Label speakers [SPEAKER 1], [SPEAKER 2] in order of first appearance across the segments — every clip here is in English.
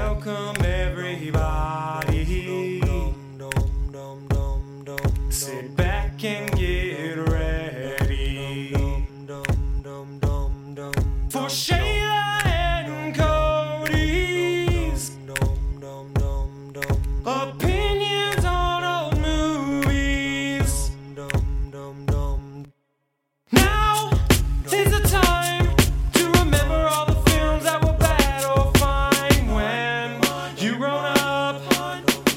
[SPEAKER 1] Welcome everybody. Sit back and get ready for Shayla and Cody's opinions on old movies. Now is the time to remember all the films that were bad or fine when you grown up.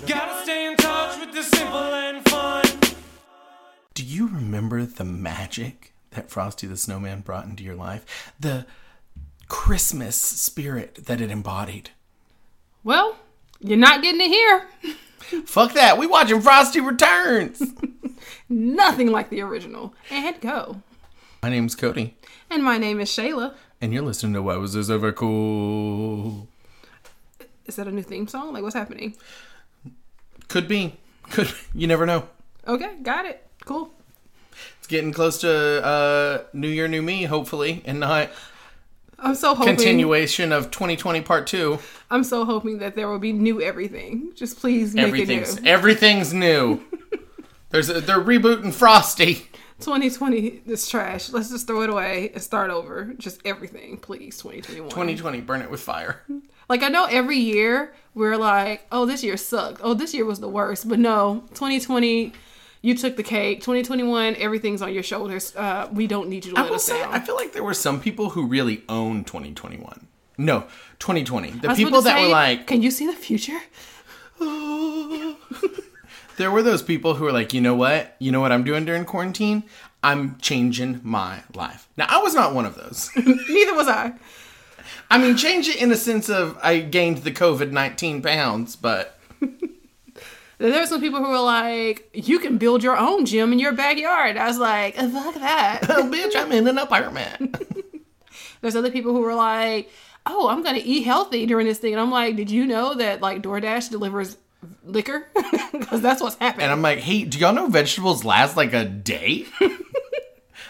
[SPEAKER 1] Gotta stay in touch with the simple and fun.
[SPEAKER 2] Do you remember the magic that Frosty the Snowman brought into your life? The Christmas spirit that it embodied?
[SPEAKER 3] Well, you're not getting it here.
[SPEAKER 2] Fuck that. We watching Frosty Returns.
[SPEAKER 3] Nothing like the original. And go.
[SPEAKER 2] My name's Cody,
[SPEAKER 3] And my name is Shayla.
[SPEAKER 2] and you're listening to Why Was This Ever Cool?
[SPEAKER 3] Is that a new theme song? Like, what's happening?
[SPEAKER 2] Could be. Could you never know.
[SPEAKER 3] Okay, got it. Cool.
[SPEAKER 2] It's getting close to uh New Year New Me, hopefully, and not
[SPEAKER 3] I'm so hoping.
[SPEAKER 2] continuation of 2020 part 2.
[SPEAKER 3] I'm so hoping that there will be new everything. Just please make it new.
[SPEAKER 2] Everything's everything's new. There's a, they're rebooting Frosty.
[SPEAKER 3] 2020 is trash. Let's just throw it away and start over. Just everything, please. 2021.
[SPEAKER 2] 2020 burn it with fire.
[SPEAKER 3] Like I know every year we're like, oh, this year sucked. Oh, this year was the worst. But no, 2020, you took the cake. 2021, everything's on your shoulders. Uh, we don't need you to
[SPEAKER 2] I
[SPEAKER 3] let
[SPEAKER 2] will
[SPEAKER 3] us
[SPEAKER 2] say,
[SPEAKER 3] down.
[SPEAKER 2] I feel like there were some people who really owned 2021. No, 2020. The
[SPEAKER 3] I was about
[SPEAKER 2] people
[SPEAKER 3] to
[SPEAKER 2] that
[SPEAKER 3] say,
[SPEAKER 2] were like,
[SPEAKER 3] can you see the future?
[SPEAKER 2] there were those people who were like, you know what? You know what I'm doing during quarantine? I'm changing my life. Now, I was not one of those.
[SPEAKER 3] Neither was I.
[SPEAKER 2] I mean, change it in the sense of I gained the COVID 19 pounds, but
[SPEAKER 3] There were some people who were like, you can build your own gym in your backyard. I was like, fuck that.
[SPEAKER 2] oh, bitch, I'm in an apartment.
[SPEAKER 3] There's other people who were like, oh, I'm gonna eat healthy during this thing. And I'm like, did you know that like DoorDash delivers liquor? Because that's what's happening.
[SPEAKER 2] And I'm like, hey, do y'all know vegetables last like a day?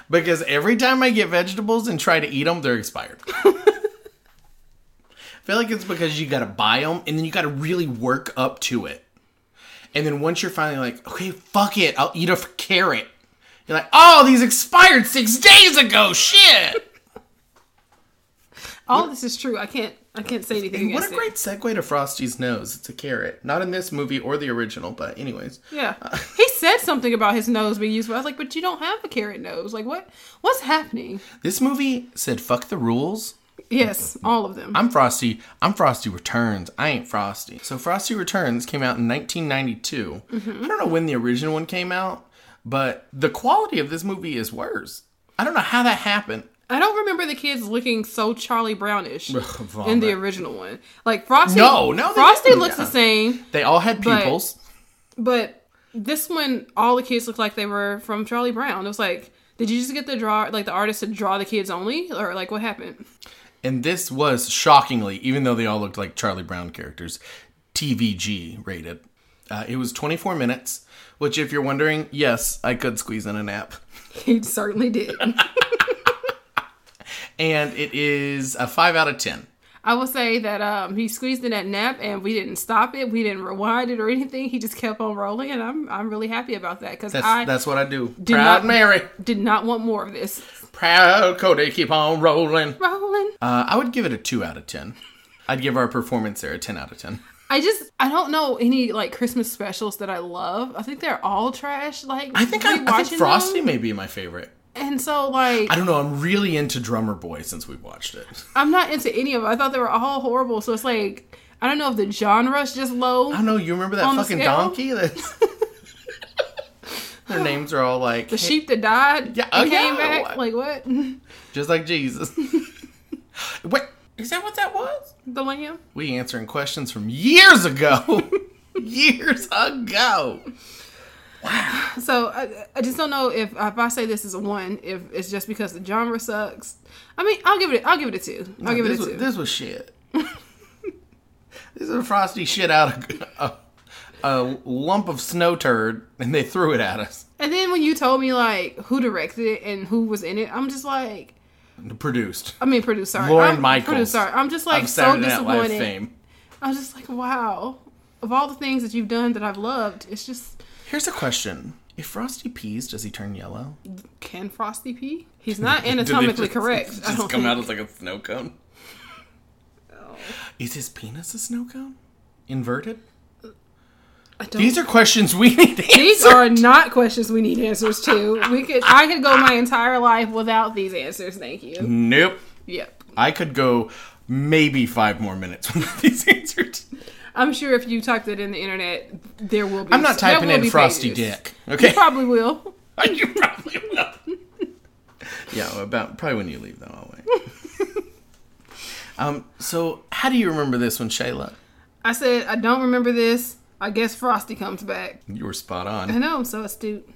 [SPEAKER 2] because every time I get vegetables and try to eat them, they're expired. I feel like it's because you gotta buy them and then you gotta really work up to it. And then once you're finally like, okay, fuck it, I'll eat a f- carrot. You're like, oh, these expired six days ago, shit.
[SPEAKER 3] All this is true. I can't. I can't say anything
[SPEAKER 2] what
[SPEAKER 3] against
[SPEAKER 2] a great segue to Frosty's nose. It's a carrot. Not in this movie or the original, but anyways.
[SPEAKER 3] it. Yeah, he said something about his nose being useful. I was like, but you don't have a carrot nose. Like, what? What's happening?
[SPEAKER 2] This movie said, fuck the rules.
[SPEAKER 3] Yes, all of them.
[SPEAKER 2] I'm Frosty. I'm Frosty Returns. I ain't Frosty. So Frosty Returns came out in 1992.
[SPEAKER 3] Mm-hmm.
[SPEAKER 2] I don't know when the original one came out, but the quality of this movie is worse. I don't know how that happened.
[SPEAKER 3] I don't remember the kids looking so Charlie Brownish in
[SPEAKER 2] vomit.
[SPEAKER 3] the original one. Like Frosty.
[SPEAKER 2] No, no, they
[SPEAKER 3] Frosty
[SPEAKER 2] didn't.
[SPEAKER 3] looks the same,
[SPEAKER 2] They all had
[SPEAKER 3] But-
[SPEAKER 2] pupils.
[SPEAKER 3] but this one, all the kids looked like they were from Charlie Brown. It was like, did you just get the draw, like the artist to draw the kids only, or like what happened?
[SPEAKER 2] and this was shockingly, even though they all looked like Charlie Brown characters, TVG rated. Uh, it was 24 minutes, which, if you're wondering, yes, I could squeeze in a nap.
[SPEAKER 3] He certainly did.
[SPEAKER 2] And it is a 5 out of 10.
[SPEAKER 3] I will say that um, he squeezed in that nap, and we didn't stop it. We didn't rewind it or anything. He just kept on rolling, and I'm I'm really happy about that because
[SPEAKER 2] That's,
[SPEAKER 3] I
[SPEAKER 2] that's what I do.
[SPEAKER 3] did
[SPEAKER 2] Proud
[SPEAKER 3] not-
[SPEAKER 2] Mary.
[SPEAKER 3] did not want more of this.
[SPEAKER 2] Proud Cody, keep on rolling.
[SPEAKER 3] Rolling.
[SPEAKER 2] Uh, I would give it a 2 out of 10. I'd give our performance there a 10 out of 10.
[SPEAKER 3] I just I don't know any like Christmas specials that I love. I think they're all trash. Like
[SPEAKER 2] I think, I, I
[SPEAKER 3] rewatching
[SPEAKER 2] think Frosty
[SPEAKER 3] them.
[SPEAKER 2] may be my favorite.
[SPEAKER 3] And so like
[SPEAKER 2] I don't know. I'm really into Drummer Boy since we watched it.
[SPEAKER 3] I'm not into any of them. I thought they were all horrible. So it's like I don't know if the genre's just low.
[SPEAKER 2] I don't know. You remember that
[SPEAKER 3] On the
[SPEAKER 2] fucking
[SPEAKER 3] scale?
[SPEAKER 2] donkey? That's... Their names are all like
[SPEAKER 3] the sheep that died
[SPEAKER 2] Yeah,
[SPEAKER 3] and
[SPEAKER 2] oh,
[SPEAKER 3] came
[SPEAKER 2] yeah.
[SPEAKER 3] back. Like what?
[SPEAKER 2] just like Jesus. Wait, is that what that was?
[SPEAKER 3] the lamb.
[SPEAKER 2] We answering questions from years ago. years ago.
[SPEAKER 3] So I, I just don't know if if I say this is a one, if it's just because the genre sucks. I mean, I'll give it. I'll give it a two. I'll give it
[SPEAKER 2] this,
[SPEAKER 3] a
[SPEAKER 2] was,
[SPEAKER 3] two.
[SPEAKER 2] this was shit. this is frosty shit out of a, a lump of snow turd, and they threw it at us.
[SPEAKER 3] and then when you told me like who directed it and who was in it, I'm just like,
[SPEAKER 2] Produced
[SPEAKER 3] I mean, producer.
[SPEAKER 2] Lauren
[SPEAKER 3] I'm,
[SPEAKER 2] Michaels
[SPEAKER 3] Producer. I'm just like
[SPEAKER 2] of
[SPEAKER 3] so
[SPEAKER 2] Saturday Night Live
[SPEAKER 3] disappointed.
[SPEAKER 2] fame.
[SPEAKER 3] I was just like, wow. Of all the things that you've done that I've loved, it's just
[SPEAKER 2] Here's a question. If Frosty pees, does he turn yellow?
[SPEAKER 3] can Frosty pee? He's not anatomically correct. I don't think.
[SPEAKER 2] as like a snow cone.
[SPEAKER 3] Oh,
[SPEAKER 2] Is his penis a snow cone? Inverted?
[SPEAKER 3] I don't-
[SPEAKER 2] These are questions we need
[SPEAKER 3] These
[SPEAKER 2] answered.
[SPEAKER 3] are not questions we need answers to. We could I could go my entire life without these answers. Thank you.
[SPEAKER 2] Nope.
[SPEAKER 3] Yep.
[SPEAKER 2] I could go maybe five more minutes with these answered.
[SPEAKER 3] I'm sure if you typed it in the internet, there will be.
[SPEAKER 2] I'm not
[SPEAKER 3] there
[SPEAKER 2] typing
[SPEAKER 3] will
[SPEAKER 2] in
[SPEAKER 3] be
[SPEAKER 2] Frosty
[SPEAKER 3] pages.
[SPEAKER 2] Dick. Okay.
[SPEAKER 3] You probably will.
[SPEAKER 2] you probably will. yeah, about probably when you leave though, I'll wait. um, so how do you remember this one, Shayla?
[SPEAKER 3] I said I don't remember this. I guess Frosty comes back.
[SPEAKER 2] You were spot
[SPEAKER 3] I
[SPEAKER 2] on.
[SPEAKER 3] know I'm so astute.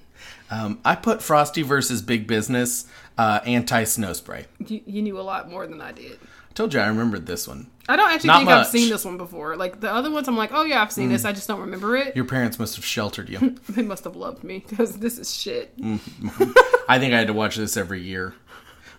[SPEAKER 2] Um, I put Frosty versus Big Business, uh, anti snow spray. I
[SPEAKER 3] You, you knew a lot more than I did.
[SPEAKER 2] told you I remembered this one.
[SPEAKER 3] I don't actually
[SPEAKER 2] Not
[SPEAKER 3] think I've
[SPEAKER 2] much. Mm.
[SPEAKER 3] seen this one before. Like the other ones, I'm like, oh yeah, I've seen this. I just don't remember it.
[SPEAKER 2] Your parents must have sheltered you.
[SPEAKER 3] They must have loved me because this is shit.
[SPEAKER 2] Mm. I think I had to watch this every year.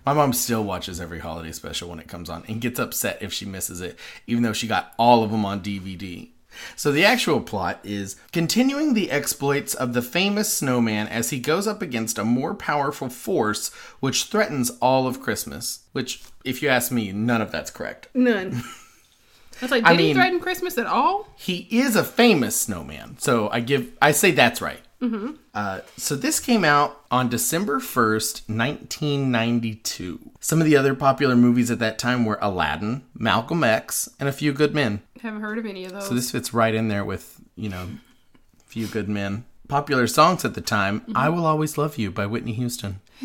[SPEAKER 2] My mom still watches every holiday special when it comes on and gets upset if she misses it, even though she got all of them on DVD. So the actual plot is continuing the exploits of the famous snowman as he goes up against a more powerful force which threatens all of Christmas. Which, if you ask me, none of that's correct.
[SPEAKER 3] None. I was like, did
[SPEAKER 2] I
[SPEAKER 3] he
[SPEAKER 2] mean-
[SPEAKER 3] threaten Christmas at all?
[SPEAKER 2] he is a famous snowman. So I give I say that's right. Mm-hmm. Uh, so this came out on December first, nineteen ninety two. Some of the other popular movies at that time were Aladdin, Malcolm X, and A Few Good Men.
[SPEAKER 3] Haven't heard of any of those.
[SPEAKER 2] So this fits right in there with you know, Few Good Men. Popular songs at the time: "I Will Always Love You" by Whitney Houston.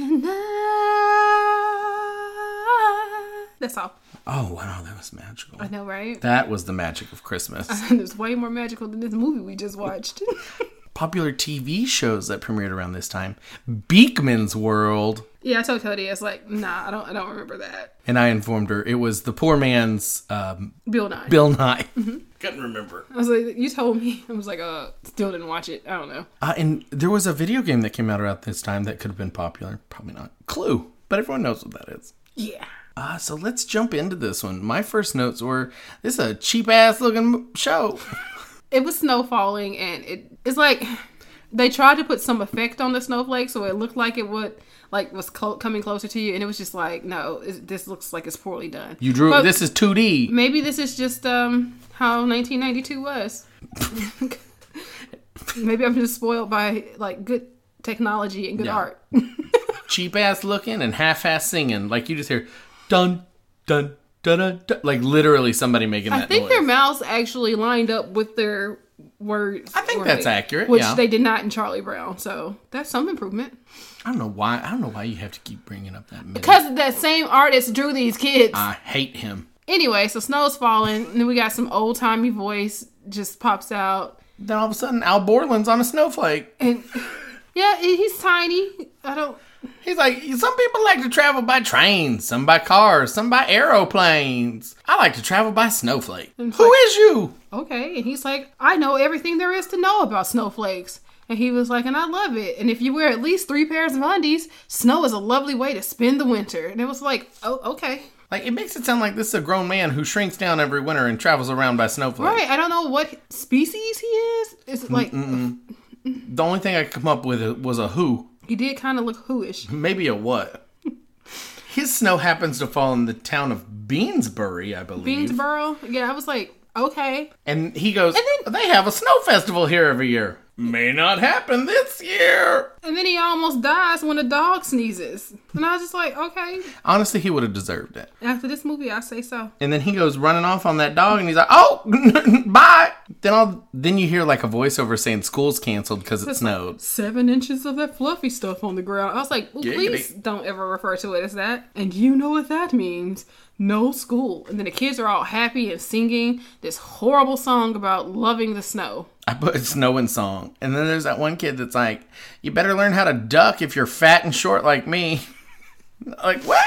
[SPEAKER 3] That's all.
[SPEAKER 2] Oh wow, that was magical.
[SPEAKER 3] I know, right?
[SPEAKER 2] That was the magic of Christmas.
[SPEAKER 3] it's way more magical than this movie we just watched.
[SPEAKER 2] popular TV shows that premiered around this time: Beekman's World.
[SPEAKER 3] yeah, I told Cody, I was like, nah, I don't, I don't remember that.
[SPEAKER 2] and I informed her it was the poor man's um,
[SPEAKER 3] Bill Nye.
[SPEAKER 2] Bill Nye. Mm-hmm. Couldn't remember.
[SPEAKER 3] I was like, you told me. I was like, uh, still didn't watch it. I don't know.
[SPEAKER 2] Uh, and there was a video game that came out around this time that could have been popular. Probably not. Clue. But everyone knows what that is.
[SPEAKER 3] Yeah.
[SPEAKER 2] Uh, so let's jump into this one. My first notes were this is a cheap ass looking m- show.
[SPEAKER 3] It was snow falling, and it it's like they tried to put some effect on the snowflake, so it looked like it would like was clo- coming closer to you, and it was just like, no, it, this looks like it's poorly done.
[SPEAKER 2] You drew
[SPEAKER 3] But-
[SPEAKER 2] this is 2D.
[SPEAKER 3] Maybe this is just um how 1992 was. Maybe I'm just spoiled by like good technology and good
[SPEAKER 2] Yeah.
[SPEAKER 3] art.
[SPEAKER 2] Cheap ass looking and half ass singing. Like you just hear dun, dun, dun, dun, dun. Like literally somebody making that
[SPEAKER 3] I think
[SPEAKER 2] noise.
[SPEAKER 3] their mouths actually lined up with their words. I
[SPEAKER 2] think that's accurate,
[SPEAKER 3] Which
[SPEAKER 2] yeah.
[SPEAKER 3] they did not in Charlie Brown, so that's some improvement.
[SPEAKER 2] I don't know why. I don't know why you have to keep bringing up that. Because
[SPEAKER 3] Because that same artist drew these kids.
[SPEAKER 2] I hate him.
[SPEAKER 3] anyway, so snow's falling, and then we got some old timey voice just pops out.
[SPEAKER 2] Then all of a sudden, Al Borland's on a snowflake.
[SPEAKER 3] And yeah, he- he's tiny. I don't
[SPEAKER 2] He's like, some people like to travel by trains, some by cars, some by aeroplanes. I like to travel by snowflake. Who is you?
[SPEAKER 3] okay. And he's like, I know everything there is to know about snowflakes. And he was like, and I love it. And if you wear at least three pairs of undies, snow is a lovely way to spend the winter. And it was like, oh, okay.
[SPEAKER 2] Like, it makes it sound like this is a grown man who shrinks down every winter and travels around by snowflake.
[SPEAKER 3] Right. I don't know what species he is. It's like,
[SPEAKER 2] The only thing I could come up with was a who,
[SPEAKER 3] he did kind of look whoish.
[SPEAKER 2] maybe a what. His snow happens to fall in the town of Beansbury, I believe.
[SPEAKER 3] Beansboro. Yeah, I was like, okay.
[SPEAKER 2] and he goes,
[SPEAKER 3] And then-
[SPEAKER 2] they have a snow festival here every year. May not happen this year.
[SPEAKER 3] And then he almost dies when a dog sneezes. And I was just like, okay.
[SPEAKER 2] Honestly, he would have deserved it.
[SPEAKER 3] After this movie, I say so.
[SPEAKER 2] and then he goes running off on that dog, and he's like, "Oh, bye." Then I'll then you hear like a voiceover saying school's canceled because it snowed.
[SPEAKER 3] Seven inches of that fluffy stuff on the ground. I was like, well,
[SPEAKER 2] Giggity.
[SPEAKER 3] please don't ever refer to it as that. And you know what that means. No school. And then the kids are all happy and singing this horrible song about loving the snow.
[SPEAKER 2] I put snow in song, and then there's that one kid that's like, "You better learn how to duck if you're fat and short like me." like what?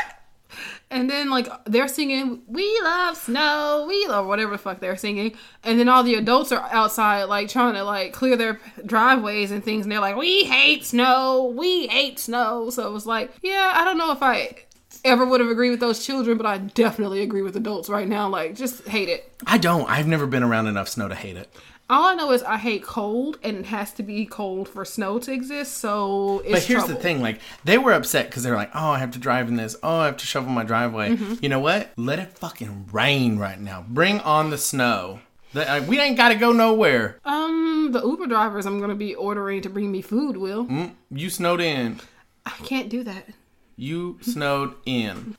[SPEAKER 3] And then, like, they're singing, We love snow, we love whatever the fuck they're singing. And then all the adults are outside, like, trying to, like, clear their driveways and things. And they're like, We hate snow, we hate snow. So it was like, Yeah, I don't know if I ever would have agreed with those children, but I definitely agree with adults right now. Like, just hate it.
[SPEAKER 2] I don't. I've never been around enough snow to hate it.
[SPEAKER 3] All I know is I hate cold, and it has to be cold for snow to exist. So it's
[SPEAKER 2] But here's the
[SPEAKER 3] trouble.
[SPEAKER 2] thing: like they were upset because they were like, "Oh, I have to drive in this. Oh, I have to shovel my driveway."
[SPEAKER 3] Mm-hmm.
[SPEAKER 2] You know what? Let it fucking rain right now. Bring on the snow. The- uh, we ain't got to go nowhere.
[SPEAKER 3] Um, the Uber drivers I'm gonna be ordering to bring me food will.
[SPEAKER 2] You snowed in.
[SPEAKER 3] I can't do that.
[SPEAKER 2] You snowed in.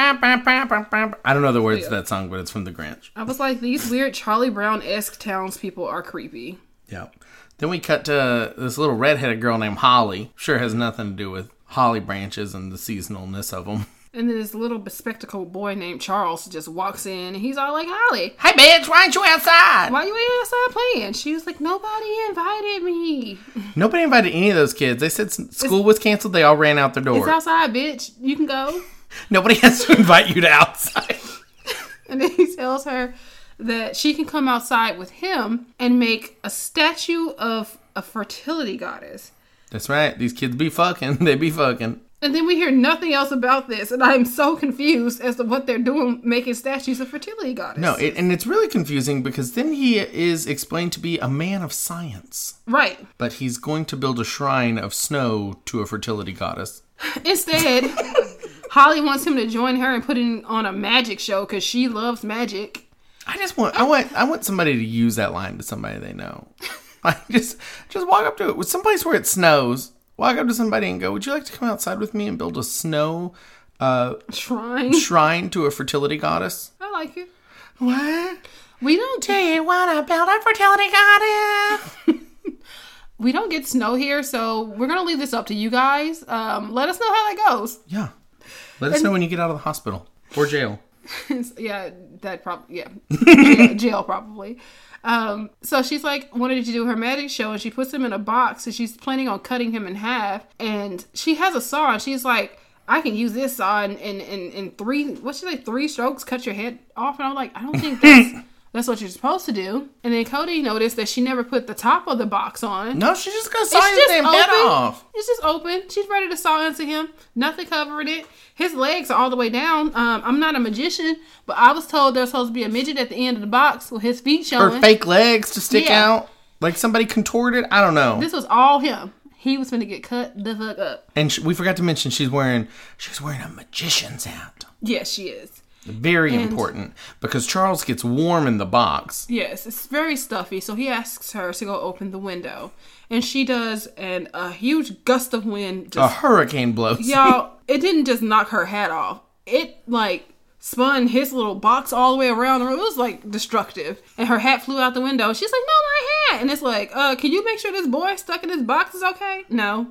[SPEAKER 2] I don't know the words to that song, but it's from The Grinch.
[SPEAKER 3] I was like, these weird Charlie Brown esque townspeople are creepy.
[SPEAKER 2] Yeah. Then we cut to this little redheaded girl named Holly. Sure has nothing to do with holly branches and the seasonalness of them.
[SPEAKER 3] And then this little bespectacled boy named Charles just walks in, and he's all like, Holly,
[SPEAKER 2] Hey, bitch, why aren't you outside?
[SPEAKER 3] why you outside playing? She was like, nobody invited me.
[SPEAKER 2] Nobody invited any of those kids. They said s- school was canceled. They all ran out the door.
[SPEAKER 3] It's outside, bitch. You can go.
[SPEAKER 2] Nobody has to invite you to outside.
[SPEAKER 3] And then he tells her that she can come outside with him and make a statue of a fertility goddess.
[SPEAKER 2] That's right. These kids be fucking. They be fucking.
[SPEAKER 3] And then we hear nothing else about this, and I'm so confused as to what they're doing making statues of fertility goddess.
[SPEAKER 2] No, it, and it's really confusing because then he is explained to be a man of science.
[SPEAKER 3] right.
[SPEAKER 2] but he's going to build a shrine of snow to a fertility goddess.
[SPEAKER 3] Instead, Holly wants him to join her and put in on a magic show because she loves magic.
[SPEAKER 2] I just want I want I want somebody to use that line to somebody they know. Like just just walk up to it with someplace where it snows. Walk up to somebody and go, "Would you like to come outside with me and build a snow uh,
[SPEAKER 3] Shrine.
[SPEAKER 2] shrine to a fertility goddess?"
[SPEAKER 3] I like it.
[SPEAKER 2] What?
[SPEAKER 3] We don't
[SPEAKER 2] Do
[SPEAKER 3] get,
[SPEAKER 2] you want to build a fertility goddess?
[SPEAKER 3] we don't get snow here, so we're gonna leave this up to you guys. Um, let us know how that goes.
[SPEAKER 2] Yeah. Let us know when you get out of the hospital or jail.
[SPEAKER 3] yeah, that probably yeah. yeah, jail probably. Um, so she's like wanted to do her magic show, and she puts him in a box, and she's planning on cutting him in half. And she has a saw, and she's like, "I can use this saw in in in, in three what she like three strokes, cut your head off." And I'm like, I don't think that's that's what you're supposed to do. And then Cody noticed that she never put the top of the box on.
[SPEAKER 2] No, she's just gonna saw his
[SPEAKER 3] just
[SPEAKER 2] damn head
[SPEAKER 3] open.
[SPEAKER 2] off.
[SPEAKER 3] It's just open. She's ready to saw into him. Nothing covering it. His legs are all the way down. Um, I'm not a magician, but I was told there's supposed to be a midget at the end of the box with his feet
[SPEAKER 2] Her
[SPEAKER 3] showing.
[SPEAKER 2] fake legs to stick
[SPEAKER 3] Yeah.
[SPEAKER 2] out, like somebody contorted. I don't know.
[SPEAKER 3] This was all him. He was going to get cut the fuck up.
[SPEAKER 2] And she, we forgot to mention she's wearing she's wearing a magician's hat.
[SPEAKER 3] Yes, she is.
[SPEAKER 2] Very important because Charles gets warm in the box.
[SPEAKER 3] Yes, it's very stuffy. So he asks her to go open the window, and she does, and a huge gust of wind
[SPEAKER 2] A
[SPEAKER 3] just
[SPEAKER 2] hurricane blows.
[SPEAKER 3] y'all it didn't just knock her hat off it like spun his little box all the way around the room it was like destructive and her hat flew out the window she's like no my hat and it's like uh can you make sure this boy stuck in this box is okay no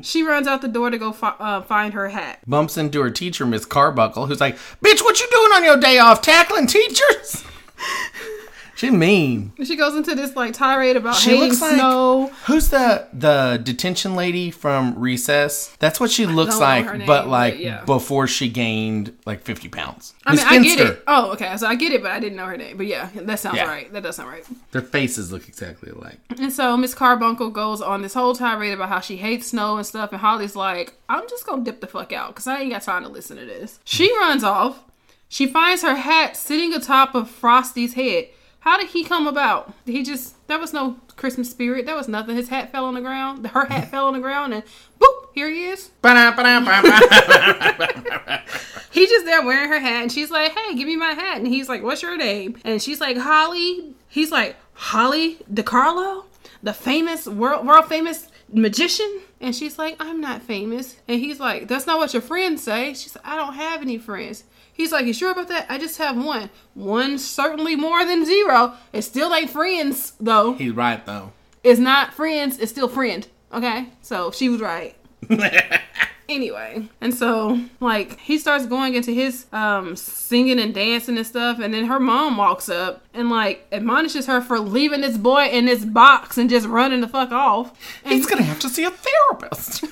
[SPEAKER 3] she runs out the door to go fi- uh, find her hat
[SPEAKER 2] Bumps into her teacher, Miss Carbuckle, who's like, "Bitch, what you doing on your day off? Tackling teachers?" she mean.
[SPEAKER 3] she goes into this like tirade about
[SPEAKER 2] She
[SPEAKER 3] hating
[SPEAKER 2] looks like
[SPEAKER 3] snow
[SPEAKER 2] who's the the detention lady from Recess? That's what she looks
[SPEAKER 3] don't know
[SPEAKER 2] like,
[SPEAKER 3] her name,
[SPEAKER 2] but
[SPEAKER 3] but
[SPEAKER 2] like
[SPEAKER 3] yeah.
[SPEAKER 2] before she gained like fifty pounds.
[SPEAKER 3] I mean,
[SPEAKER 2] Miss
[SPEAKER 3] I get
[SPEAKER 2] Finster.
[SPEAKER 3] it. Oh, okay. So I get it, but I didn't know her name. But yeah, that sounds
[SPEAKER 2] Yeah.
[SPEAKER 3] right. That does sound right.
[SPEAKER 2] Their faces look exactly alike.
[SPEAKER 3] And so Miss Carbuncle goes on this whole tirade about how she hates snow and stuff, and Holly's like, I'm just gonna dip the fuck out because I ain't got time to listen to this. She runs off. She finds her hat sitting atop of Frosty's head. How did he come about? Did he just, that was no Christmas spirit. That was nothing. His hat fell on the ground. Her hat fell on the ground, and boop, here he is. He's just there wearing her hat, and she's like, "Hey, give me my hat." And he's like, "What's your name?" And she's like, "Holly." He's like, "Holly DiCarlo, the famous world world famous magician." And she's like, "I'm not famous." And he's like, "That's not what your friends say." She's like, "I don't have any friends." He's like, "You sure about that? I just have one. One certainly more than zero. It still ain't friends though.
[SPEAKER 2] He's right though.
[SPEAKER 3] It's not friends. It's still friend." Okay, so she was right. Anyway, and so like he starts going into his um singing and dancing and stuff, and then her mom walks up and like admonishes her for leaving this boy in this box and just running the fuck off. And
[SPEAKER 2] He's gonna have to see a therapist.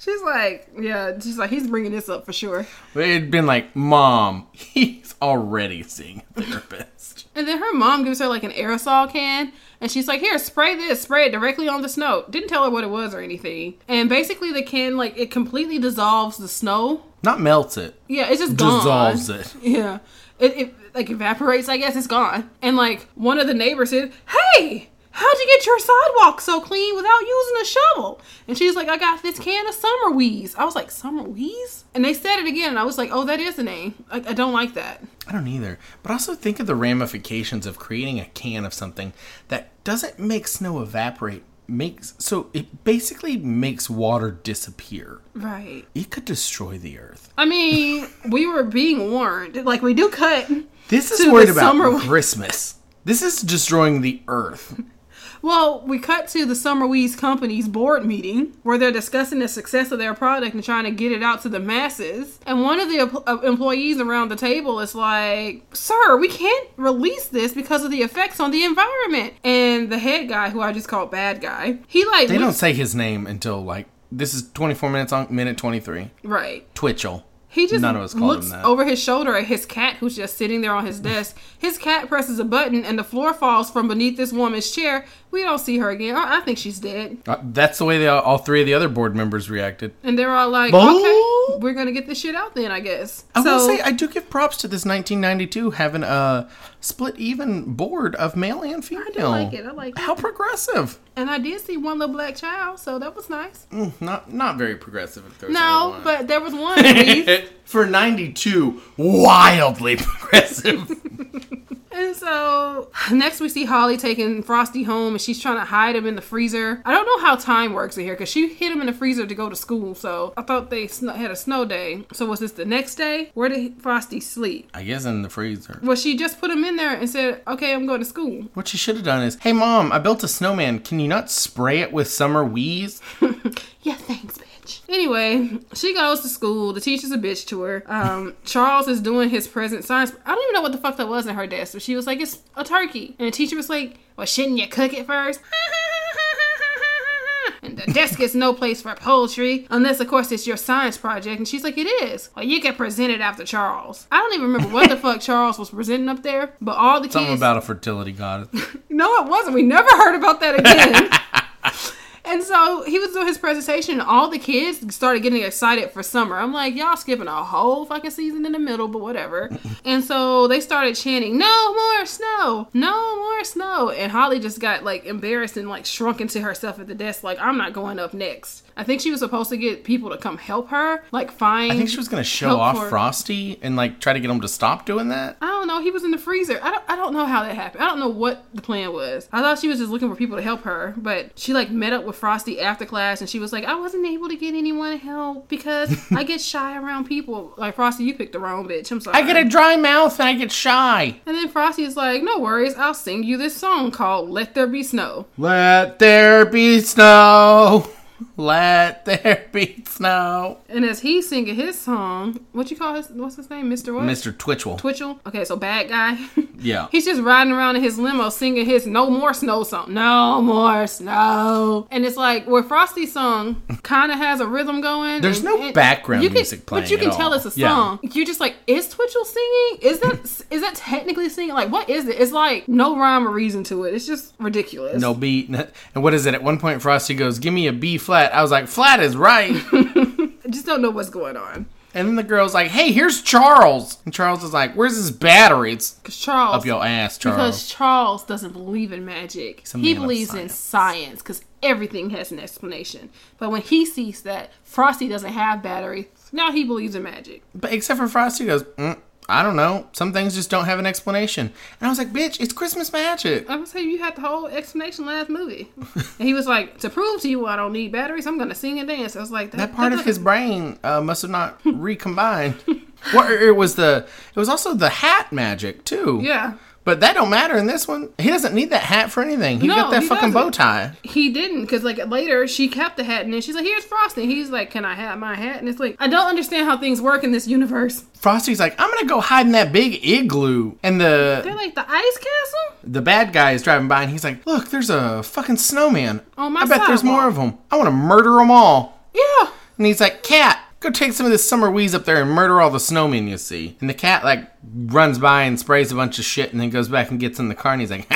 [SPEAKER 3] she's like, yeah, she's like, he's bringing this up for sure.
[SPEAKER 2] It'd been like, Mom, he's already seeing a therapist.
[SPEAKER 3] And then her mom gives her like an aerosol can, and she's like, "Here, spray this. Spray it directly on the snow." Didn't tell her what it was or anything. And basically, the can like it completely dissolves the snow.
[SPEAKER 2] Not melts it.
[SPEAKER 3] Yeah, it's just gone.
[SPEAKER 2] Dissolves it.
[SPEAKER 3] Yeah, it, it like evaporates. I guess it's gone. And like one of the neighbors said, "Hey, how'd you get your sidewalk so clean without using a shovel?" And she's like, "I got this can of summer wheeze." I was like, "Summer wheeze?" And they said it again, and I was like, "Oh, that is the name. I, I don't like that."
[SPEAKER 2] I don't either. But also think of the ramifications of creating a can of something that doesn't make snow evaporate. Makes so it basically makes water disappear.
[SPEAKER 3] Right.
[SPEAKER 2] It could destroy the earth.
[SPEAKER 3] I mean, we were being warned. Like we do cut.
[SPEAKER 2] This
[SPEAKER 3] To
[SPEAKER 2] is
[SPEAKER 3] the
[SPEAKER 2] worried about
[SPEAKER 3] summer-
[SPEAKER 2] Christmas. This is destroying the earth.
[SPEAKER 3] Well, we cut to the Summer Wheeze Company's board meeting where they're discussing the success of their product and trying to get it out to the masses. And one of the em- uh, employees around the table is like, Sir, we can't release this because of the effects on the environment. And the head guy, who I just called Bad Guy, he like,
[SPEAKER 2] They don't
[SPEAKER 3] looks-
[SPEAKER 2] say his name until like this is 24 minutes on minute 23.
[SPEAKER 3] Right.
[SPEAKER 2] Twitchell.
[SPEAKER 3] He just
[SPEAKER 2] None of us called
[SPEAKER 3] looks
[SPEAKER 2] him that.
[SPEAKER 3] over his shoulder at his cat, who's just sitting there on his desk. His cat presses a button, and the floor falls from beneath this woman's chair. We don't see her again. I, I think she's dead.
[SPEAKER 2] Uh, That's the way they all, all three of the other board members reacted.
[SPEAKER 3] And they're all like,
[SPEAKER 2] Boom.
[SPEAKER 3] "Okay, we're gonna get this shit out then, I guess."
[SPEAKER 2] I
[SPEAKER 3] so
[SPEAKER 2] will say I do give props to this 1992 having a split even board of male and female.
[SPEAKER 3] like it, I like it.
[SPEAKER 2] How progressive?
[SPEAKER 3] and I did see one little black child, so that was nice.
[SPEAKER 2] Not not very progressive. If there's only
[SPEAKER 3] No,
[SPEAKER 2] one.
[SPEAKER 3] but there was one at least.
[SPEAKER 2] for 92, wildly progressive.
[SPEAKER 3] and so next we see Holly taking Frosty home, and she's trying to hide him in the freezer. I don't know how time works in here because she hid him in the freezer to go to school. So I thought they sn- had a snow day. So was this the next day? Where did Frosty sleep?
[SPEAKER 2] I guess in the freezer.
[SPEAKER 3] Well, she just put him in there and said, "Okay, I'm going to school."
[SPEAKER 2] What she should have done is, hey mom, I built a snowman. Can you not spray it with summer wheeze?
[SPEAKER 3] Yeah, thanks, bitch. Anyway, she goes to school. The teacher's a bitch to her. Um, Charles is doing his present science. I don't even know what the fuck that was in her desk, but she was like, it's a turkey. And the teacher was like, well, shouldn't you cook it first? And the desk is no place for poetry, unless, of course, it's your science project. And she's like, it is. Well, you can present it after Charles. I don't even remember what the fuck Charles was presenting up there, but all the
[SPEAKER 2] Something
[SPEAKER 3] kids.
[SPEAKER 2] about a fertility goddess.
[SPEAKER 3] No, it wasn't. We never heard about that again. and so he was doing his presentation, and all the kids started getting excited for summer. I'm like, y'all skipping a whole fucking season in the middle, but whatever. and so they started chanting, "No more snow! No more snow!" And Holly just got like embarrassed and like shrunk into herself at the desk, like, "I'm not going up next." I think she was supposed to get people to come help her, like find.
[SPEAKER 2] I think she was gonna show
[SPEAKER 3] Help
[SPEAKER 2] off
[SPEAKER 3] for-
[SPEAKER 2] Frosty and like try to get him to stop doing that.
[SPEAKER 3] I don't know. He was in the freezer. I don't, I don't know how that happened. I don't know what the plan was. I thought she was just looking for people to help her, but she like met up with Frosty after class and she was like, I wasn't able to get anyone to help because I get shy around people. Like, Frosty, you picked the wrong bitch. I'm sorry.
[SPEAKER 2] I get a dry mouth and I get shy.
[SPEAKER 3] And then Frosty is like, No worries. I'll sing you this song called Let There Be Snow.
[SPEAKER 2] Let there be snow. Let there be snow.
[SPEAKER 3] And as he's singing his song, what you call his, what's his name? Mr. What?
[SPEAKER 2] Mr. Twitchell.
[SPEAKER 3] Twitchell. Okay, so bad guy.
[SPEAKER 2] Yeah.
[SPEAKER 3] He's just riding around in his limo singing his No More Snow song. No More Snow. And it's like where Frosty's song kind of has a rhythm going.
[SPEAKER 2] There's
[SPEAKER 3] and-
[SPEAKER 2] no
[SPEAKER 3] and
[SPEAKER 2] background
[SPEAKER 3] you can-
[SPEAKER 2] music playing
[SPEAKER 3] But you
[SPEAKER 2] at
[SPEAKER 3] can
[SPEAKER 2] all.
[SPEAKER 3] tell it's a
[SPEAKER 2] Yeah.
[SPEAKER 3] song. You're just like, is Twitchell singing? Is that is that technically singing? Like, what is it? It's like no rhyme or reason to it. It's just ridiculous.
[SPEAKER 2] No B. And what is it? At one point, Frosty goes, "Give me a B flat." I was like, "Flat is right."
[SPEAKER 3] I just don't know what's going on.
[SPEAKER 2] and then the girl's like, "Hey, here's Charles." And Charles is like, "Where's his battery?" It's
[SPEAKER 3] Because Charles.
[SPEAKER 2] up your ass, Charles.
[SPEAKER 3] because Charles doesn't believe in magic.
[SPEAKER 2] a Oh.
[SPEAKER 3] He
[SPEAKER 2] man of
[SPEAKER 3] believes in
[SPEAKER 2] science.
[SPEAKER 3] science because everything has an explanation. But when he sees that Frosty doesn't have battery, now he believes in magic.
[SPEAKER 2] but except for Frosty goes, mm, "I don't know. Some things just don't have an explanation." And I was like, "Bitch, it's Christmas magic."
[SPEAKER 3] I was saying you had the whole explanation last movie. and he was like, to prove to you I don't need batteries, I'm gonna sing and dance. I was like,
[SPEAKER 2] That part of his brain uh, must have not recombined. well, it was the it was also the hat magic too.
[SPEAKER 3] Yeah.
[SPEAKER 2] But that don't matter in this one. He doesn't need that hat for anything. He
[SPEAKER 3] No,
[SPEAKER 2] got that
[SPEAKER 3] he
[SPEAKER 2] fucking bow
[SPEAKER 3] doesn't.
[SPEAKER 2] tie.
[SPEAKER 3] He didn't, because like later she kept the hat and then she's like, here's Frosty. And he's like, can I have my hat? And it's like, I don't understand how things work in this universe.
[SPEAKER 2] Frosty's like, I'm gonna go hide in that big igloo, and
[SPEAKER 3] They're
[SPEAKER 2] the
[SPEAKER 3] like the ice castle.
[SPEAKER 2] the bad guy is driving by, and he's like, Look, there's a fucking snowman.
[SPEAKER 3] On my
[SPEAKER 2] I bet there's
[SPEAKER 3] sidewalk."
[SPEAKER 2] more of them. I want to murder them all.
[SPEAKER 3] Yeah.
[SPEAKER 2] And he's like, Cat, Go take some of this summer wheeze up there and murder all the snowmen you see. And the cat like runs by and sprays a bunch of shit and then goes back and gets in the car and he's like,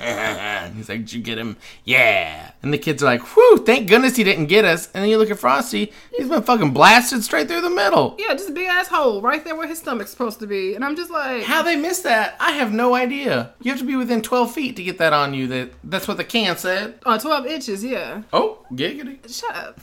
[SPEAKER 2] he's like, did you get him? Yeah. And the kids are like, whew, thank goodness he didn't get us. And then you look at Frosty, he's been fucking blasted straight through the middle.
[SPEAKER 3] Yeah, just a big ass hole right there where his stomach's supposed to be. And I'm just like,
[SPEAKER 2] How they missed that, I have no idea. You have to be within 12 feet to get that on you. That That's what the can said.
[SPEAKER 3] oh, 12 inches, yeah.
[SPEAKER 2] Oh, giggity.
[SPEAKER 3] Shut up.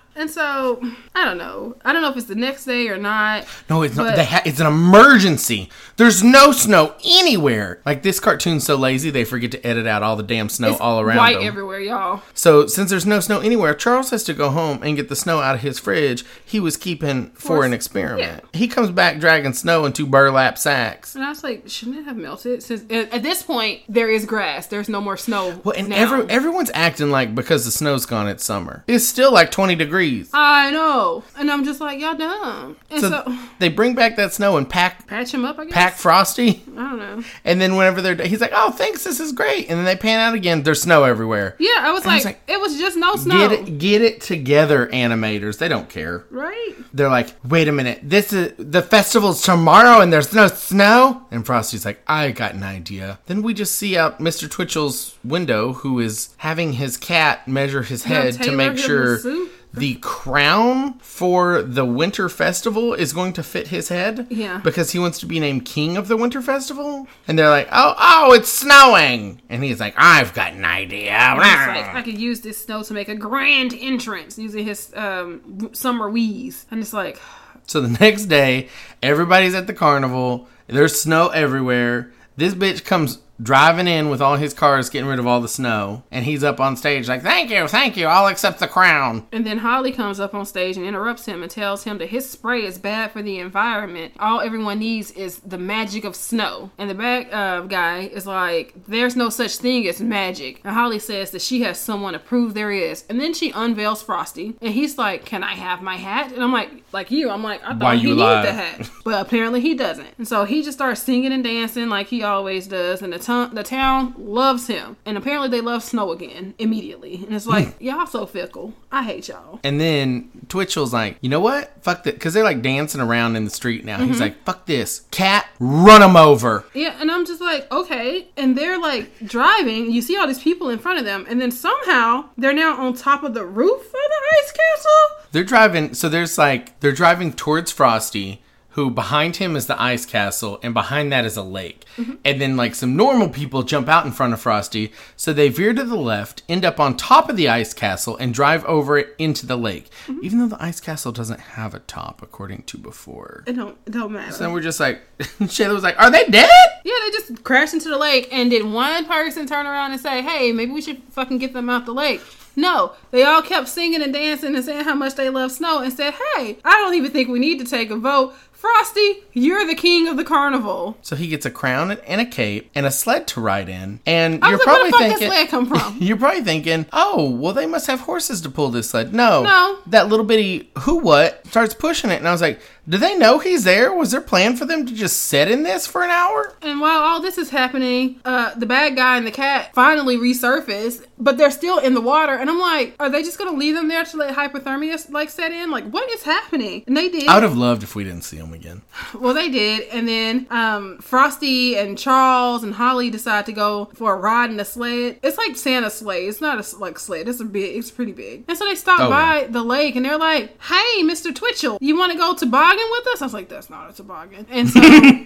[SPEAKER 3] and so, I don't know. I don't know if it's the next day or not.
[SPEAKER 2] No, it's not.
[SPEAKER 3] But-
[SPEAKER 2] They ha- it's an emergency. There's no snow anywhere. Like this cartoon's so lazy, they forget to edit out all the damn snow
[SPEAKER 3] It's
[SPEAKER 2] all around
[SPEAKER 3] White
[SPEAKER 2] them.
[SPEAKER 3] everywhere, y'all.
[SPEAKER 2] so since there's no snow anywhere, Charles has to go home and get the snow out of his fridge he was keeping for an experiment. He comes back dragging snow in two burlap sacks.
[SPEAKER 3] And I was like, shouldn't it have melted? Since at at this point there is grass, there's no more snow.
[SPEAKER 2] Well, and
[SPEAKER 3] now.
[SPEAKER 2] every, everyone's acting like because the snow's gone, it's summer. It's still like 20 degrees.
[SPEAKER 3] I know, and I'm just like, y'all dumb. And
[SPEAKER 2] so,
[SPEAKER 3] so,
[SPEAKER 2] they bring back that snow and pack
[SPEAKER 3] patch him up, I guess.
[SPEAKER 2] pack Frosty.
[SPEAKER 3] I don't know.
[SPEAKER 2] And then whenever they're, he's like, "Oh, thanks, this is great." And then they pan out again. There's snow everywhere.
[SPEAKER 3] Yeah, I was,
[SPEAKER 2] I
[SPEAKER 3] like,
[SPEAKER 2] was
[SPEAKER 3] it was just no snow,
[SPEAKER 2] Get it, get it together, animators. They don't care.
[SPEAKER 3] right?
[SPEAKER 2] They're like, wait a minute, this is the festival's tomorrow and there's no snow. And Frosty's like, I got an idea. Then we just see out Mr. Twitchell's window, who is having his cat measure his head to
[SPEAKER 3] tailor
[SPEAKER 2] make
[SPEAKER 3] him a
[SPEAKER 2] sure
[SPEAKER 3] suit?
[SPEAKER 2] the crown for the winter festival is going to fit his head.
[SPEAKER 3] Yeah.
[SPEAKER 2] Because he wants to be named king of the winter festival. And they're like, oh, oh, it's snowing. And he's like, I've got an idea.
[SPEAKER 3] It's like I could use this snow to make a grand entrance using his um, w- summer wheeze, and it's like,
[SPEAKER 2] So the next day, everybody's at the carnival. There's snow everywhere. This bitch comes driving in with all his cars, getting rid of all the snow. And he's up on stage, like, thank you, thank you, I'll accept the crown.
[SPEAKER 3] And then Holly comes up on stage and interrupts him and tells him that his spray is bad for the environment. All everyone needs is the magic of snow. And the back uh, guy is like, "There's no such thing as magic." And Holly says that she has someone to prove there is. And then she unveils Frosty, and he's like, "Can I have my hat?" And I'm like, "Like you?" I'm like, "I thought
[SPEAKER 2] Why you
[SPEAKER 3] he
[SPEAKER 2] lie?
[SPEAKER 3] needed the hat, but apparently he doesn't." And so he just starts singing and dancing like he always does. And the town, the town loves him. And apparently they love snow again immediately. And it's like, y'all so fickle. I hate y'all.
[SPEAKER 2] And then Twitchell's like, you know what? Fuck that. Because they're like dancing around in the street now. He's like, fuck this. Cat, run him over.
[SPEAKER 3] Yeah, and I'm just like, okay. And they're like driving. You see all these people in front of them, and then somehow they're now on top of the roof of the ice castle.
[SPEAKER 2] They're driving. So there's like they're driving towards Frosty, who behind him is the ice castle, and behind that is a lake.
[SPEAKER 3] Mm-hmm.
[SPEAKER 2] And then like some normal people jump out in front of Frosty, so they veer to the left, end up on top of the ice castle, and drive over it into the lake.
[SPEAKER 3] Mm-hmm.
[SPEAKER 2] Even though the ice castle doesn't have a top, according to before.
[SPEAKER 3] It don't it don't matter.
[SPEAKER 2] And we're just like, Shayla was like, "Are they dead?"
[SPEAKER 3] yeah, they just crashed into the lake, and did one person turn around and say, "Hey, maybe we should fucking get them out the lake." No, they all kept singing and dancing and saying how much they love snow, and said, "Hey, I don't even think we need to take a vote." Frosty, you're the king of the carnival.
[SPEAKER 2] So he gets a crown and a cape and a sled to ride in, and
[SPEAKER 3] I
[SPEAKER 2] you're
[SPEAKER 3] was like,
[SPEAKER 2] probably
[SPEAKER 3] where the fuck
[SPEAKER 2] thinking,
[SPEAKER 3] this sled come from?
[SPEAKER 2] You're probably thinking, oh, well, they must have horses to pull this sled. No.
[SPEAKER 3] No.
[SPEAKER 2] That little bitty who what starts pushing it. And I was like, do they know he's there? Was there plan for them to just sit in this for an hour?
[SPEAKER 3] And while all this is happening, uh, the bad guy and the cat finally resurface, but they're still in the water. And I'm like, are they just gonna leave them there to let hypothermia like set in? Like, what is happening? And they did.
[SPEAKER 2] I would have loved if we didn't see him again.
[SPEAKER 3] Well, they did. And then um, Frosty and Charles and Holly decide to go for a ride in a sled. It's like Santa's sled. It's not a s- like sled. It's a big. It's pretty big. And so they stop
[SPEAKER 2] Oh,
[SPEAKER 3] by the lake and they're like, "Hey, Mister Twitchell, you want to go toboggan with us?" I was like, "That's not a toboggan." And so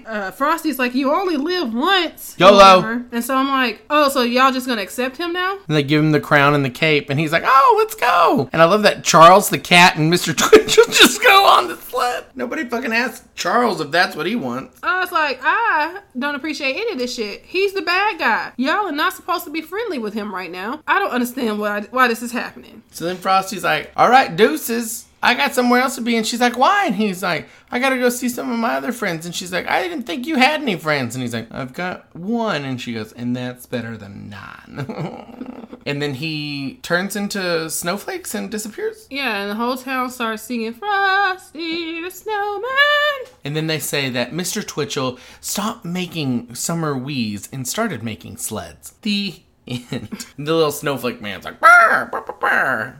[SPEAKER 3] uh, Frosty's like, "You only live once."
[SPEAKER 2] YOLO.
[SPEAKER 3] Whatever. And so I'm like, "Oh, so y'all just gonna accept him now?"
[SPEAKER 2] And they give him the crown and the cape. And he's like, oh, let's go. And I love that Charles the cat and Mr. Twitchell just go on the sled. Nobody fucking asked Charles if that's what he wants.
[SPEAKER 3] I was like, I don't appreciate any of this shit. He's the bad guy. Y'all are not supposed to be friendly with him right now. I don't understand why why this is happening.
[SPEAKER 2] So then Frosty's like, all right, deuces. I got somewhere else to be. And she's like, why? And he's like, I got to go see some of my other friends. And she's like, I didn't think you had any friends. And he's like, I've got one. And she goes, and that's better than none. and then he turns into snowflakes and disappears.
[SPEAKER 3] Yeah, and the whole town starts singing Frosty the Snowman.
[SPEAKER 2] And then they say that Mr. Twitchell stopped making summer wheeze and started making sleds. The end. the little snowflake man's like, "Brr, brr, brr, brr."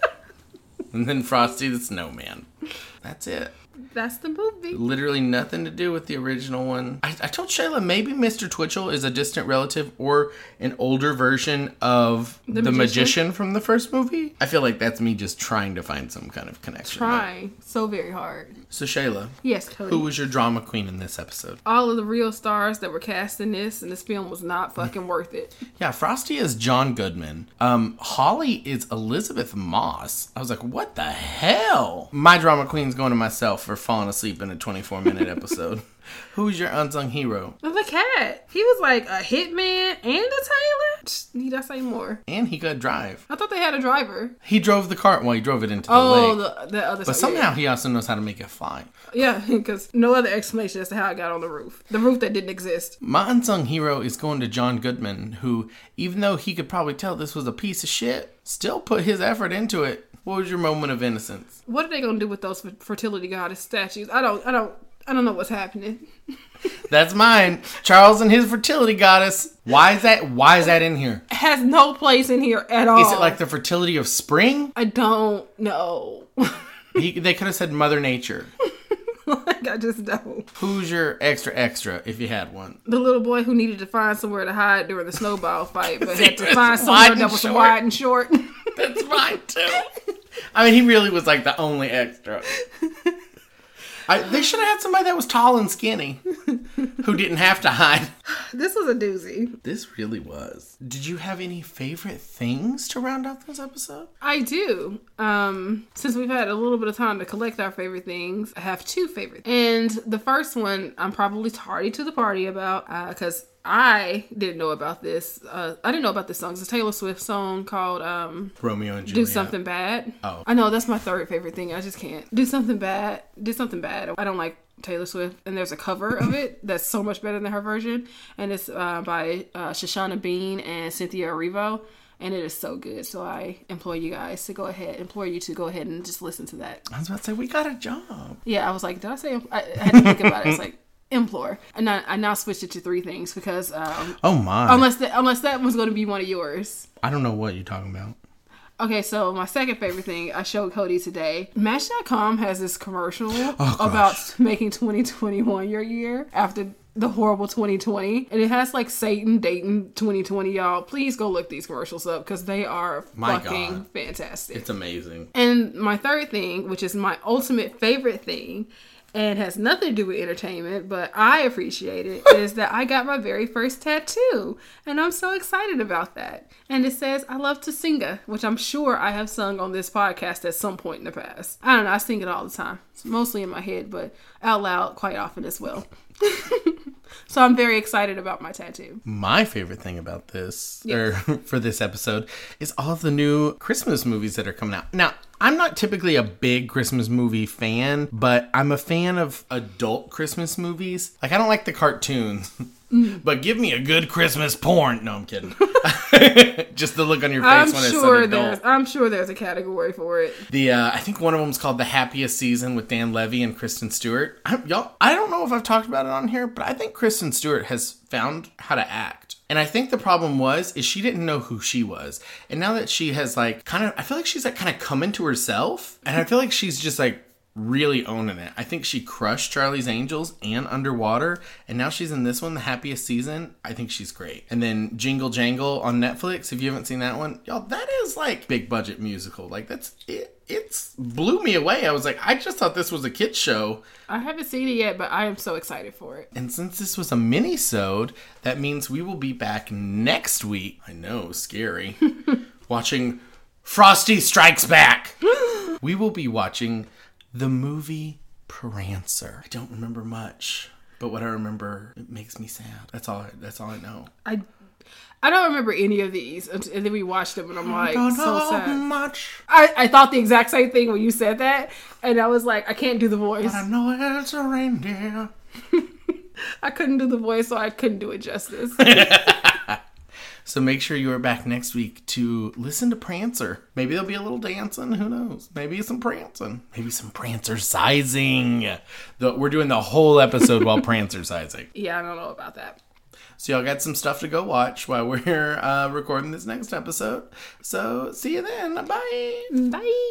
[SPEAKER 2] and then Frosty the Snowman. That's it.
[SPEAKER 3] That's the movie.
[SPEAKER 2] Literally nothing to do with the original one. I, I told Shayla maybe Mr. Twitchell is a distant relative or an older version of the, magician.
[SPEAKER 3] Magician?
[SPEAKER 2] from the first movie. I feel like that's me just trying to find some kind of connection.
[SPEAKER 3] Trying so very hard.
[SPEAKER 2] So Shayla,
[SPEAKER 3] Yes, Cody.
[SPEAKER 2] who was your drama queen in this episode?
[SPEAKER 3] All of the real stars that were cast in this, and this film was not fucking worth it.
[SPEAKER 2] Yeah, Frosty is John Goodman. Um, Holly is Elizabeth Moss. I was like, what the hell? My drama queen's going to myself for falling asleep in a 24 minute episode. Who's your unsung hero?
[SPEAKER 3] The cat. He was like a hitman and a tailor. Psh, Need I say more?
[SPEAKER 2] And he could drive.
[SPEAKER 3] I thought they had a driver.
[SPEAKER 2] He drove the cart while he drove it into the
[SPEAKER 3] Oh,
[SPEAKER 2] lake.
[SPEAKER 3] the, the other
[SPEAKER 2] but somehow he also knows how to make it fly.
[SPEAKER 3] Yeah, because no other explanation as to how I got on the roof. The roof that didn't exist.
[SPEAKER 2] My unsung hero is going to John Goodman, who, even though he could probably tell this was a piece of shit, still put his effort into it. What was your moment of innocence?
[SPEAKER 3] What are they gonna do with those fertility goddess statues? I don't, I don't, I don't know what's happening.
[SPEAKER 2] That's mine. Charles and his fertility goddess. Why is that? Why is that in here?
[SPEAKER 3] It has no place in here at all.
[SPEAKER 2] Is it like the fertility of spring?
[SPEAKER 3] I don't know.
[SPEAKER 2] He, they could have said Mother Nature.
[SPEAKER 3] like I just don't.
[SPEAKER 2] Who's your extra extra if you had one?
[SPEAKER 3] The little boy who needed to find somewhere to hide during the snowball fight, but had
[SPEAKER 2] It was
[SPEAKER 3] to find
[SPEAKER 2] wide
[SPEAKER 3] somewhere
[SPEAKER 2] and
[SPEAKER 3] that was
[SPEAKER 2] short.
[SPEAKER 3] wide and short.
[SPEAKER 2] That's mine too. I mean, he really was like the only extra. I, they should have had somebody that was tall and skinny who didn't have to hide.
[SPEAKER 3] this was a doozy.
[SPEAKER 2] This really was. Did you have any favorite things to round out this episode?
[SPEAKER 3] I do. Um, since we've had a little bit of time to collect our favorite things, I have two favorites. And the first one I'm probably tardy to the party about because I didn't know about this. Uh, I didn't know about this song. It's a Taylor Swift song called um,
[SPEAKER 2] Romeo and
[SPEAKER 3] Do
[SPEAKER 2] Juliet.
[SPEAKER 3] Something Bad.
[SPEAKER 2] Oh.
[SPEAKER 3] I know that's my third favorite thing. I just can't. Do Something Bad. Do Something Bad. I don't like Taylor Swift. And there's a cover of it that's so much better than her version. And it's uh, by uh, Shoshana Bean and Cynthia Erivo. And it is so good. So I implore you guys to go ahead, implore you to go ahead and just listen to that.
[SPEAKER 2] I was about to say we got a job.
[SPEAKER 3] Yeah, I was like, did I say? Impl-? I, I had to think about it. It's like, implore. And I, I now switched it to three things because um,
[SPEAKER 2] Oh my!
[SPEAKER 3] unless, the, unless that one's going to be one of yours.
[SPEAKER 2] I don't know what you're talking about.
[SPEAKER 3] Okay, so my second favorite thing I showed Cody today. Match.com has this commercial
[SPEAKER 2] Oh,
[SPEAKER 3] about making 2021 your year after the horrible 2020. And it has like Satan dating 2020, y'all. Please go look these commercials up because they are
[SPEAKER 2] My
[SPEAKER 3] fucking
[SPEAKER 2] God.
[SPEAKER 3] fantastic.
[SPEAKER 2] It's amazing.
[SPEAKER 3] And my third thing, which is my ultimate favorite thing and has nothing to do with entertainment, but I appreciate it, is that I got my very first tattoo. And I'm so excited about that. And it says, I love to singa, which I'm sure I have sung on this podcast at some point in the past. I don't know, I sing it all the time. It's mostly in my head, but out loud quite often as well. so I'm very excited about my tattoo.
[SPEAKER 2] My favorite thing about this, or for this episode, is all of the new Christmas movies that are coming out. Now, I'm not typically a big Christmas movie fan, but I'm a fan of adult Christmas movies. Like, I don't like the cartoons, but give me a good Christmas porn. No, I'm kidding. Just the look on your
[SPEAKER 3] I'm
[SPEAKER 2] face when
[SPEAKER 3] sure
[SPEAKER 2] I said adult.
[SPEAKER 3] there's I'm sure there's a category for it.
[SPEAKER 2] The uh, I think one of them's called "The Happiest Season" with Dan Levy and Kristen Stewart. I, y'all, I don't know if I've talked about it on here, but I think Kristen Stewart has found how to act. And I think the problem was is she didn't know who she was, and now that she has like kind of, I feel like she's like kind of come into herself, and I feel like she's just like really owning it. I think she crushed Charlie's Angels and Underwater, and now she's in this one, The Happiest Season. I think she's great. And then Jingle Jangle on Netflix. If you haven't seen that one, y'all, that is like big budget musical. Like that's it. It's blew me away. I was like, I just thought this was a kid show.
[SPEAKER 3] I haven't seen it yet, but I am so excited for it.
[SPEAKER 2] And since this was a mini-sode, that means we will be back next week. I know, scary. watching Frosty Strikes Back. we will be watching the movie Prancer. I don't remember much, but what I remember, it makes me sad. That's all. That's all I know.
[SPEAKER 3] I I don't remember any of these, and and then we watched them, and I'm like,
[SPEAKER 2] don't
[SPEAKER 3] so
[SPEAKER 2] know
[SPEAKER 3] sad.
[SPEAKER 2] much.
[SPEAKER 3] I, I thought the exact same thing when you said that, and I was like, I can't do the voice.
[SPEAKER 2] I know it's a reindeer.
[SPEAKER 3] I couldn't do the voice, so I couldn't do it justice.
[SPEAKER 2] So make sure you are back next week to listen to Prancer. Maybe there'll be a little dancing. Who knows? Maybe some prancing. Maybe some prancer sizing. The, we're doing the whole episode while prancer sizing.
[SPEAKER 3] yeah, I don't know about that.
[SPEAKER 2] So y'all got some stuff to go watch while we're uh, recording this next episode. So see you then. Bye.
[SPEAKER 3] Bye.